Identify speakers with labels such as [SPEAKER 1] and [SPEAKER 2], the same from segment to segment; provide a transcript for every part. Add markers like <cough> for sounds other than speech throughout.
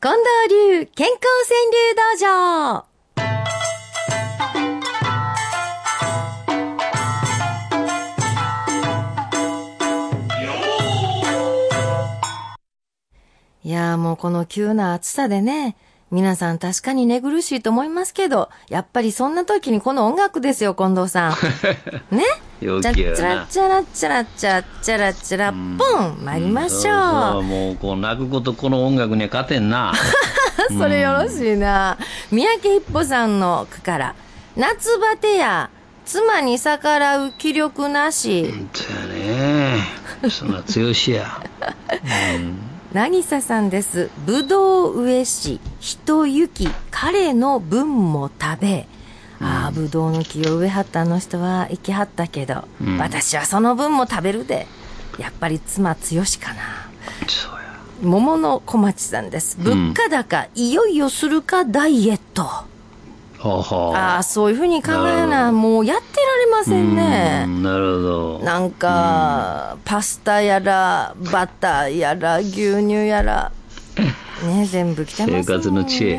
[SPEAKER 1] 近藤流健康川柳道場いやーもうこの急な暑さでね、皆さん確かに寝苦しいと思いますけど、やっぱりそんな時にこの音楽ですよ、近藤さん。ね
[SPEAKER 2] 陽
[SPEAKER 1] チャ
[SPEAKER 2] 気や
[SPEAKER 1] ッチャラ
[SPEAKER 2] な
[SPEAKER 1] ッ。チャラッチャラッチャッチャラッチャラッポン参りまし
[SPEAKER 2] そう
[SPEAKER 1] ょ
[SPEAKER 2] そうもう、こう、泣くことこの音楽には勝てん <laughs> な。
[SPEAKER 1] う。それよろしいな。三宅一歩さんの句から、夏バテや、妻に逆らう気力なし、
[SPEAKER 2] そやね。そんな強しや。
[SPEAKER 1] 渚さんです。ぶどう植えし、人行き、彼の分も食べ。ああ、ぶどうの木を植えはったあの人は生きはったけど、
[SPEAKER 2] うん
[SPEAKER 1] 私はその分も食べるで。やっぱり妻強しかな。
[SPEAKER 2] そうや。
[SPEAKER 1] 桃の小町さんです。物価高、いよいよするかダイエット。
[SPEAKER 2] ほうほう。
[SPEAKER 1] ああ、そういうふうに考え
[SPEAKER 2] な
[SPEAKER 1] な、もうやってられませんね。
[SPEAKER 2] うんなるほど。
[SPEAKER 1] なんか、パスタやら、バターやら、牛乳やら、ね、全部来てますもんね。
[SPEAKER 2] 生活の知恵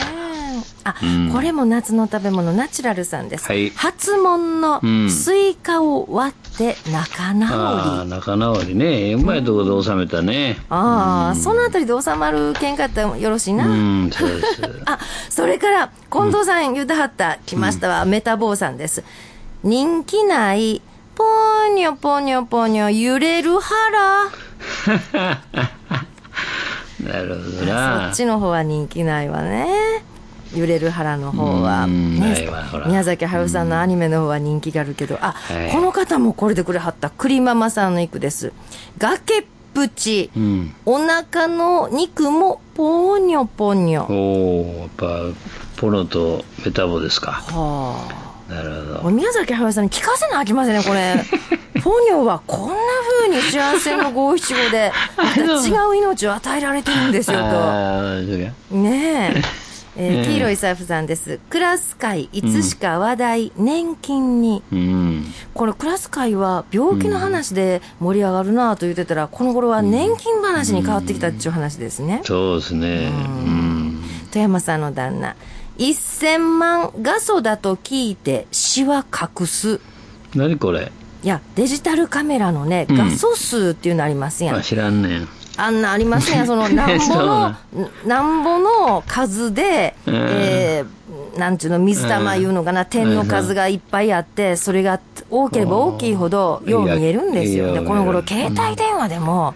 [SPEAKER 1] あ、
[SPEAKER 2] うん
[SPEAKER 1] これも夏の食べ物、ナチュラルさんです。
[SPEAKER 2] はい
[SPEAKER 1] 初物の
[SPEAKER 2] うん
[SPEAKER 1] スイカを割って仲
[SPEAKER 2] あ
[SPEAKER 1] 直
[SPEAKER 2] あ、
[SPEAKER 1] り。
[SPEAKER 2] 仲直りね。うまいとこで収めたね。
[SPEAKER 1] ああ、そのあたりで収まる喧嘩やったらよろしいうな。
[SPEAKER 2] ん、そうです。
[SPEAKER 1] あ、それから、近藤さん言うたはった、来ましたわ、メタボーさんです。人気ない、ぽにょぽにょぽにょ、揺れる腹。
[SPEAKER 2] なるほど
[SPEAKER 1] そ
[SPEAKER 2] な
[SPEAKER 1] っ。ちの方は人気ないわね。揺れる腹の方は。
[SPEAKER 2] うんな
[SPEAKER 1] ね
[SPEAKER 2] いわほら
[SPEAKER 1] 宮崎駿さんのアニメの方は人気があるけど、あ、
[SPEAKER 2] はい
[SPEAKER 1] この方もこれでくれはった、クリママさんの一句です。崖っぷち、
[SPEAKER 2] うん。
[SPEAKER 1] お腹の肉もぽにょぽにょ。
[SPEAKER 2] おーやっぱ、ポロとメタボですか。
[SPEAKER 1] はあ。
[SPEAKER 2] なるほど。
[SPEAKER 1] もう宮崎駿さんに聞かせなあきませんね、これ。
[SPEAKER 2] <laughs>
[SPEAKER 1] ポニョはこんな風に幸せの五七五で、また違う命を与えられてるんですよ、と。
[SPEAKER 2] <laughs> ああ、そうや。
[SPEAKER 1] ねえ。
[SPEAKER 2] <laughs>
[SPEAKER 1] え
[SPEAKER 2] ね
[SPEAKER 1] ー、
[SPEAKER 2] え
[SPEAKER 1] 黄色い財布さんです。クラス会、いつしか話題、年金に。
[SPEAKER 2] うん。
[SPEAKER 1] これ、クラス会は病気の話で盛り上がるなと言ってたら、この頃は年金話に変わってきたっていう話ですね。
[SPEAKER 2] そうですね。うん。
[SPEAKER 1] 富山さんの旦那。1000万画素だと聞いて、詩は隠す。
[SPEAKER 2] 何これ
[SPEAKER 1] いや、デジタルカメラのね、
[SPEAKER 2] うん
[SPEAKER 1] 画素数っていうのありますやん。
[SPEAKER 2] あ、知らんねん。
[SPEAKER 1] あんなありませんやん。そ
[SPEAKER 2] <laughs>
[SPEAKER 1] の、なんぼ
[SPEAKER 2] そう
[SPEAKER 1] の
[SPEAKER 2] な、
[SPEAKER 1] なんぼの数で、
[SPEAKER 2] うん
[SPEAKER 1] えー、なんちゅうの、水玉いうのかな、点の数がいっぱいあって、それが多ければ大きいほど、
[SPEAKER 2] うん
[SPEAKER 1] よう見えるんですよ。
[SPEAKER 2] いや
[SPEAKER 1] で、
[SPEAKER 2] いや
[SPEAKER 1] この頃
[SPEAKER 2] う、ん
[SPEAKER 1] 携帯電話でも、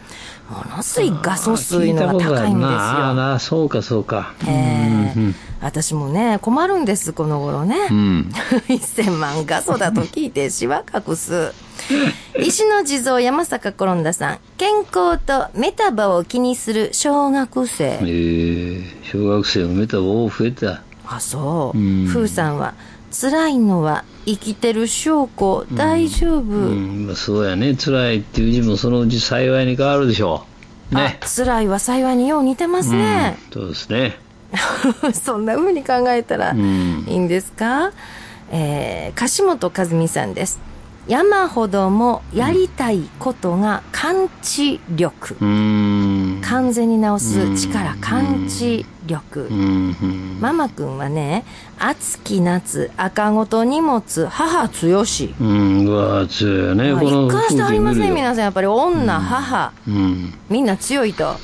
[SPEAKER 1] ものすごい画素数いうのが高いんですよ。
[SPEAKER 2] ああ、なそうか、そうか。
[SPEAKER 1] え
[SPEAKER 2] うん
[SPEAKER 1] ー私もね、困るんです、この頃ね。
[SPEAKER 2] うん。
[SPEAKER 1] <laughs> 1000万画素だと聞いてしわ隠す。石の地蔵山坂転んださん。健康とメタバを気にする小学
[SPEAKER 2] え
[SPEAKER 1] 生。
[SPEAKER 2] ー、小学生のメタボ増えた。
[SPEAKER 1] あ、そう
[SPEAKER 2] うん。
[SPEAKER 1] ふうさんは、辛いのは生きてる証拠、大丈夫。
[SPEAKER 2] うん、まあそうやね。辛いっていう字もそのうち幸いに変わるでしょう。ね
[SPEAKER 1] あ。辛いは幸いによう似てますね。
[SPEAKER 2] うん、そうですね。
[SPEAKER 1] <laughs> そんな風に考えたら、
[SPEAKER 2] うん。
[SPEAKER 1] いいんですか、えー、樫本和美さんです。山ほどもやりたいことが感知力。
[SPEAKER 2] うん。
[SPEAKER 1] 完全に直す力
[SPEAKER 2] う、ん
[SPEAKER 1] 感知力
[SPEAKER 2] う。ん。
[SPEAKER 1] ママくんはね、暑き夏、赤子と荷物、母強し。
[SPEAKER 2] うん、うわ、強いよね。
[SPEAKER 1] まあ
[SPEAKER 2] この
[SPEAKER 1] 一貫してありません、
[SPEAKER 2] 風景見るよ
[SPEAKER 1] 皆さん。やっぱり女、母、
[SPEAKER 2] うん。
[SPEAKER 1] みんな強いと。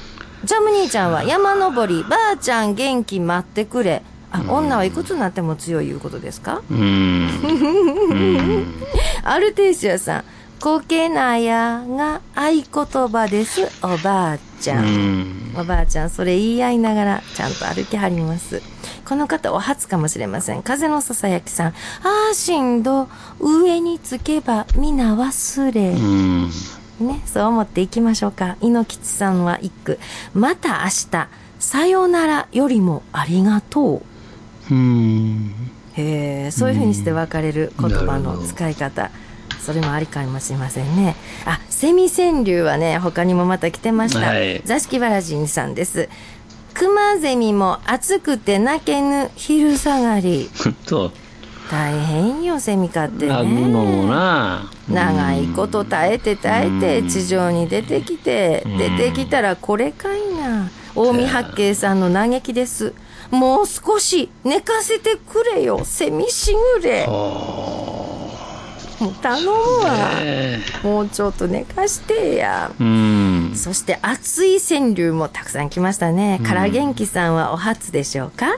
[SPEAKER 1] ジャム兄ちゃんは山登り、ばあちゃん元気待ってくれ。あ、女はいくつになっても強いいうことですか
[SPEAKER 2] うん。うん
[SPEAKER 1] アルテイシアさん、こけなやが合言葉です、おばあちゃ。
[SPEAKER 2] うんん。
[SPEAKER 1] おばあちゃん、それ言い合いながら、ちゃんと歩きはります。この方、お初かもしれません。風のささやきさん。あーしんど、上につけば、皆忘れ。
[SPEAKER 2] うん。
[SPEAKER 1] ね、そう思っていきましょうか。猪吉さんは一句。また明日、さよならよりもありがとう。
[SPEAKER 2] うん。
[SPEAKER 1] へえ、そういうふうにして分かれる言葉
[SPEAKER 2] うんなる
[SPEAKER 1] の
[SPEAKER 2] ほど
[SPEAKER 1] 使い方。それもありかもしれませんね。あ、セミ川柳はね、他にもまた来てました。
[SPEAKER 2] はい
[SPEAKER 1] 座敷わらじんさんです。熊ゼミも暑くて泣けぬ昼下がり。
[SPEAKER 2] そう。
[SPEAKER 1] 大変よ、セミかって
[SPEAKER 2] あぐのも
[SPEAKER 1] ね。
[SPEAKER 2] な。
[SPEAKER 1] 長いこと耐えて耐え
[SPEAKER 2] う
[SPEAKER 1] て
[SPEAKER 2] ん
[SPEAKER 1] 地上に出てきて
[SPEAKER 2] う、ん
[SPEAKER 1] 出てきたらこれかいな。近江八景さんの嘆きですもう少し寝かせてくれよセミしぐれもう頼むわ、
[SPEAKER 2] え
[SPEAKER 1] もうちょっと寝かしてや
[SPEAKER 2] えうん。
[SPEAKER 1] そして熱い川柳もたくさん来ましたね。から元気さんはお初でしょうか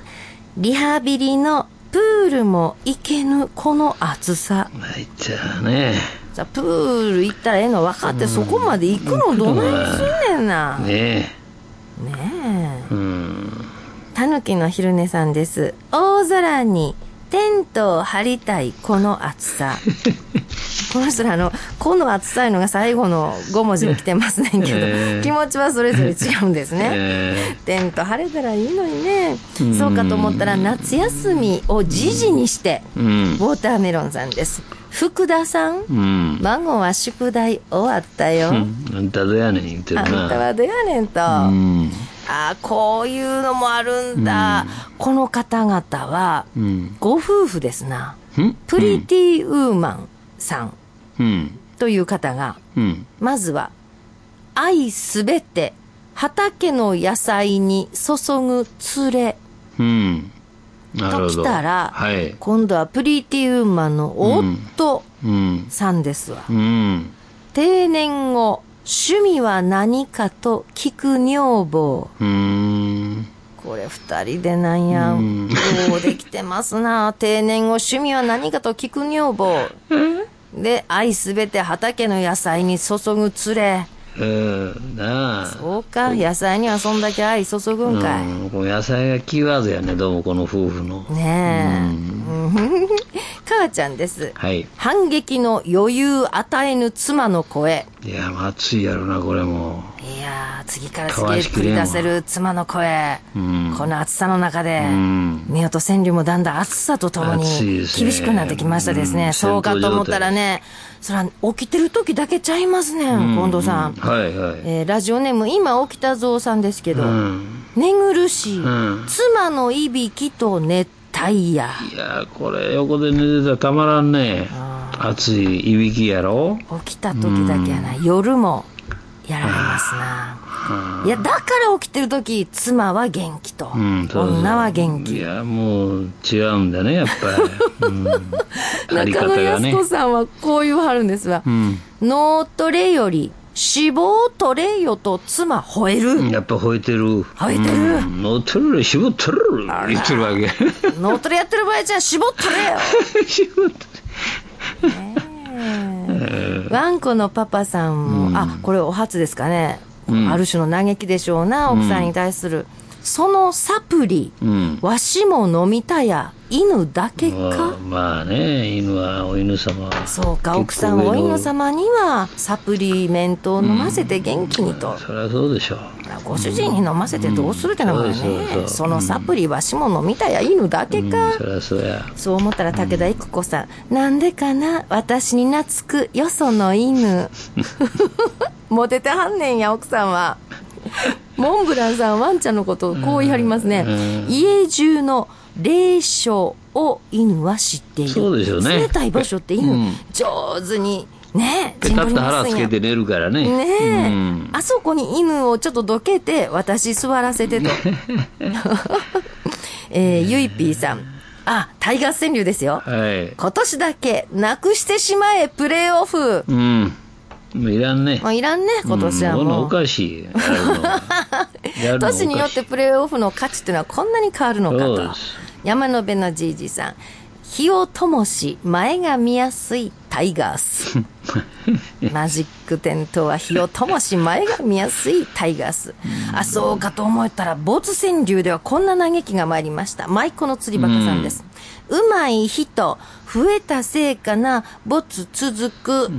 [SPEAKER 1] リハビリのプールも行けぬこの暑さ。
[SPEAKER 2] 入ったらね。
[SPEAKER 1] さプール行ったらええの分かってそこまで行くのどないすんねんな。ね
[SPEAKER 2] ね
[SPEAKER 1] え。
[SPEAKER 2] え。うん。
[SPEAKER 1] たぬきの昼寝さんです。大空にテントを張りたいこの暑
[SPEAKER 2] <laughs>
[SPEAKER 1] さ。この人らあの、この暑さいうのが最後の5文字に来てますねんけど、
[SPEAKER 2] えー
[SPEAKER 1] 気持ちはそれぞれ違うんですね。
[SPEAKER 2] <laughs> え
[SPEAKER 1] テント晴れたらいいのにね
[SPEAKER 2] うん
[SPEAKER 1] そうかと思ったら夏休みを時事にして
[SPEAKER 2] えうん
[SPEAKER 1] ウ。ォーターメロンさんです福田さん
[SPEAKER 2] うん。
[SPEAKER 1] 孫は宿題終わったよ、
[SPEAKER 2] うんあんたどやねん言ってる
[SPEAKER 1] あん
[SPEAKER 2] な。
[SPEAKER 1] たはどやねんと、
[SPEAKER 2] うん。
[SPEAKER 1] ああこういうのもあるんだ、この方々は
[SPEAKER 2] うん。
[SPEAKER 1] ご夫婦ですな
[SPEAKER 2] うん
[SPEAKER 1] プリティウーマンさん
[SPEAKER 2] うん。
[SPEAKER 1] という方が
[SPEAKER 2] うん。
[SPEAKER 1] まずは愛すべて畑の野菜に注ぐ連れ
[SPEAKER 2] うん。なるほ
[SPEAKER 1] とき
[SPEAKER 2] ど。
[SPEAKER 1] たら
[SPEAKER 2] はい。
[SPEAKER 1] 今度はプリティウーマンの夫
[SPEAKER 2] うん。
[SPEAKER 1] さんですわ。
[SPEAKER 2] うん。
[SPEAKER 1] 定年後、趣味は何かと聞く女房。
[SPEAKER 2] うーん。
[SPEAKER 1] これ二人でなんや、
[SPEAKER 2] うん
[SPEAKER 1] ようできてます
[SPEAKER 2] <laughs>
[SPEAKER 1] な。定年後、趣味は何かと聞く女房。で、愛すべて畑の野菜に注ぐ連れ。
[SPEAKER 2] うん。なあ。
[SPEAKER 1] そうか、野菜にはそんだけ愛注ぐんかい。
[SPEAKER 2] うん、この野菜がキーワードやね、どうもこの夫婦の。
[SPEAKER 1] ねえ。うん <laughs> 母ちゃんです。
[SPEAKER 2] はい。
[SPEAKER 1] 反撃の余裕与えぬ妻の声。
[SPEAKER 2] いや、もう暑いやろな、これも。
[SPEAKER 1] いやー、次から
[SPEAKER 2] かわいし
[SPEAKER 1] 次へ繰
[SPEAKER 2] きれ
[SPEAKER 1] り
[SPEAKER 2] んわ
[SPEAKER 1] 出せる妻の声。
[SPEAKER 2] うん
[SPEAKER 1] この暑さの中で
[SPEAKER 2] う、ん。
[SPEAKER 1] 宮と川柳もだんだん暑さとともに
[SPEAKER 2] 暑い
[SPEAKER 1] 厳
[SPEAKER 2] ですね
[SPEAKER 1] しくなってきましたですね。
[SPEAKER 2] うん
[SPEAKER 1] そうかと思ったらね、そら起きてる時だけちゃいますねん、近藤さん。
[SPEAKER 2] はいはい。
[SPEAKER 1] えーラジオネーム、今起きたぞうさんですけど、
[SPEAKER 2] うん。
[SPEAKER 1] 寝苦しい、
[SPEAKER 2] うん。
[SPEAKER 1] 妻のいびきと熱帯夜。
[SPEAKER 2] いや、これ横で寝てたらたまらんね。
[SPEAKER 1] あ
[SPEAKER 2] 暑い、いびきやろ
[SPEAKER 1] 起きた時だけやな、夜もやられますな。いや、だから起きてる時、妻は元気と、
[SPEAKER 2] うん、そうそう
[SPEAKER 1] 女は元気
[SPEAKER 2] い。や、もう違うんだね、やっぱり。うん。あ
[SPEAKER 1] <laughs>
[SPEAKER 2] り
[SPEAKER 1] 中
[SPEAKER 2] 方
[SPEAKER 1] 野
[SPEAKER 2] が
[SPEAKER 1] 靖
[SPEAKER 2] ね
[SPEAKER 1] 子。さんはこう言わはるんですわ。
[SPEAKER 2] うん。
[SPEAKER 1] 脳トレより脂肪トレよと妻吠える。
[SPEAKER 2] やっぱ吠えてる。
[SPEAKER 1] 吠えてる
[SPEAKER 2] うん。乗ってる、絞ってる、言ってるわけ。 <laughs>
[SPEAKER 1] 脳トレやってる場合じゃ脂肪トレよ。
[SPEAKER 2] 絞ってる。
[SPEAKER 1] ワンコのパパさんも、あ、これお初ですかね。ある種の嘆きでしょうな、奥さんに対する。そのサプリ、
[SPEAKER 2] うん。
[SPEAKER 1] わしも飲みたや、犬だけ
[SPEAKER 2] まあ
[SPEAKER 1] か。
[SPEAKER 2] まあね、犬はお犬様。
[SPEAKER 1] そうか、奥さん
[SPEAKER 2] 結構
[SPEAKER 1] お
[SPEAKER 2] 上の
[SPEAKER 1] 犬様にはサプリメントを飲ませて元気にと。
[SPEAKER 2] そりゃそうでしょう。
[SPEAKER 1] ご主人に飲ませてどうするってのがね、
[SPEAKER 2] そうそうそう
[SPEAKER 1] そのサプリわしも飲みたや犬だけ
[SPEAKER 2] うん、
[SPEAKER 1] か、
[SPEAKER 2] そりゃそうや。
[SPEAKER 1] そう思ったら武田育子さん、なんでかな私に懐くよその
[SPEAKER 2] <laughs>
[SPEAKER 1] 犬モテてはんねんや奥さんはモンブランさんワンちゃんのことをこう言い張りますね家中の霊障を犬は知っている
[SPEAKER 2] そうでしょうね
[SPEAKER 1] 連れたい場所って犬、
[SPEAKER 2] うん
[SPEAKER 1] 上手にね
[SPEAKER 2] ペタッ
[SPEAKER 1] 陣取り
[SPEAKER 2] と腹
[SPEAKER 1] ますん
[SPEAKER 2] つ
[SPEAKER 1] や
[SPEAKER 2] けて寝るからね。
[SPEAKER 1] ねえ、
[SPEAKER 2] うん。
[SPEAKER 1] あそこに犬をちょっとどけて、私座らせて
[SPEAKER 2] <laughs>
[SPEAKER 1] と。えー、ゆいぴーさん。あ、タイガース川柳ですよ。
[SPEAKER 2] はい。
[SPEAKER 1] 今年だけ、なくしてしまえ、プレーオフ。
[SPEAKER 2] うん。もういらんね
[SPEAKER 1] も。ういらんね、今年は
[SPEAKER 2] うんこんな
[SPEAKER 1] も
[SPEAKER 2] お
[SPEAKER 1] う。
[SPEAKER 2] かしい。やるのやるのおかしい
[SPEAKER 1] 年によってプレーオフの価値っていうのはこんなに変わるのか
[SPEAKER 2] そう
[SPEAKER 1] と
[SPEAKER 2] です。
[SPEAKER 1] 山野辺のじいじさん。日をともし、前が見やすいタイガー <laughs> ス。マジック点灯は日をともし前が見やすいタイガース。あ、そうかと思ったら、没川柳ではこんな嘆きが参りました。舞妓の釣りバカさんです。うまい人、増えたせいかな、没続く。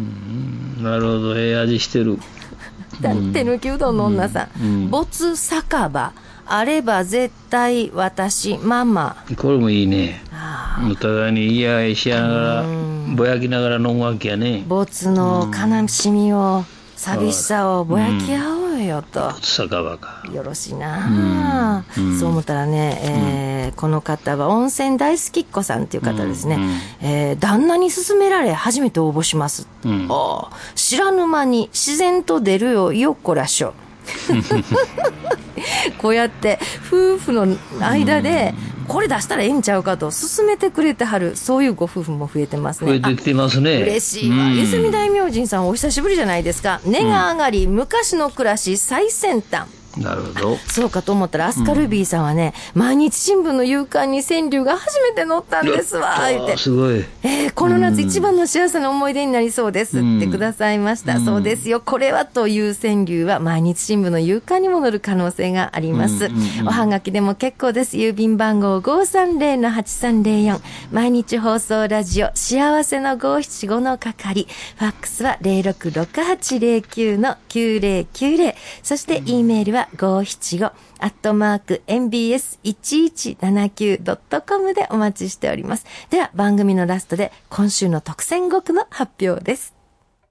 [SPEAKER 2] なるほど、ええ味してる。
[SPEAKER 1] 手抜きうどんの女さん。没酒場、あれば絶対私、ママ。
[SPEAKER 2] これもいいね。
[SPEAKER 1] あー
[SPEAKER 2] お互いに言い合いしながら、ぼやきながら飲むわけやね。
[SPEAKER 1] 没の悲しみを、寂しさをぼやき合おうよと。
[SPEAKER 2] 酒場か。
[SPEAKER 1] よろしいなあ、そう思ったらね、えーこの方は温泉大好きっ子さんっていう方ですね、えー旦那に勧められ初めて応募します、
[SPEAKER 2] うん
[SPEAKER 1] あ
[SPEAKER 2] <laughs>
[SPEAKER 1] あ知らぬ間に自然と出るよよっこらしょこうやって夫婦の間でこれ出したらええんちゃうかと勧めてくれてはるそういうご夫婦も増えてます
[SPEAKER 2] 増え
[SPEAKER 1] ね
[SPEAKER 2] てきてますね。
[SPEAKER 1] 嬉しいわ。
[SPEAKER 2] うん
[SPEAKER 1] ゆすみ大明神さんお久しぶりじゃないですか。根が上がり、昔の暮らし最先端。
[SPEAKER 2] なるほど。
[SPEAKER 1] そうかと思ったら、アスカルビーさんはね、毎日新聞の夕刊に川柳が初めて載ったんですわ、言って
[SPEAKER 2] あ。すごい。
[SPEAKER 1] えーこの夏一番の幸せな思い出になりそうです
[SPEAKER 2] うん
[SPEAKER 1] ってくださいました。そうですよ。これはという川柳は毎日新聞の夕刊にも載る可能性があります。
[SPEAKER 2] うんうんうん
[SPEAKER 1] おはがきでも結構です。郵便番号530-8304。毎日放送ラジオ幸せの575の係。ファックスは066809-9090。そして、E メールは575。アットマーク mbs1179.com でお待ちしております。では番組のラストで今週の特選語句の発表です。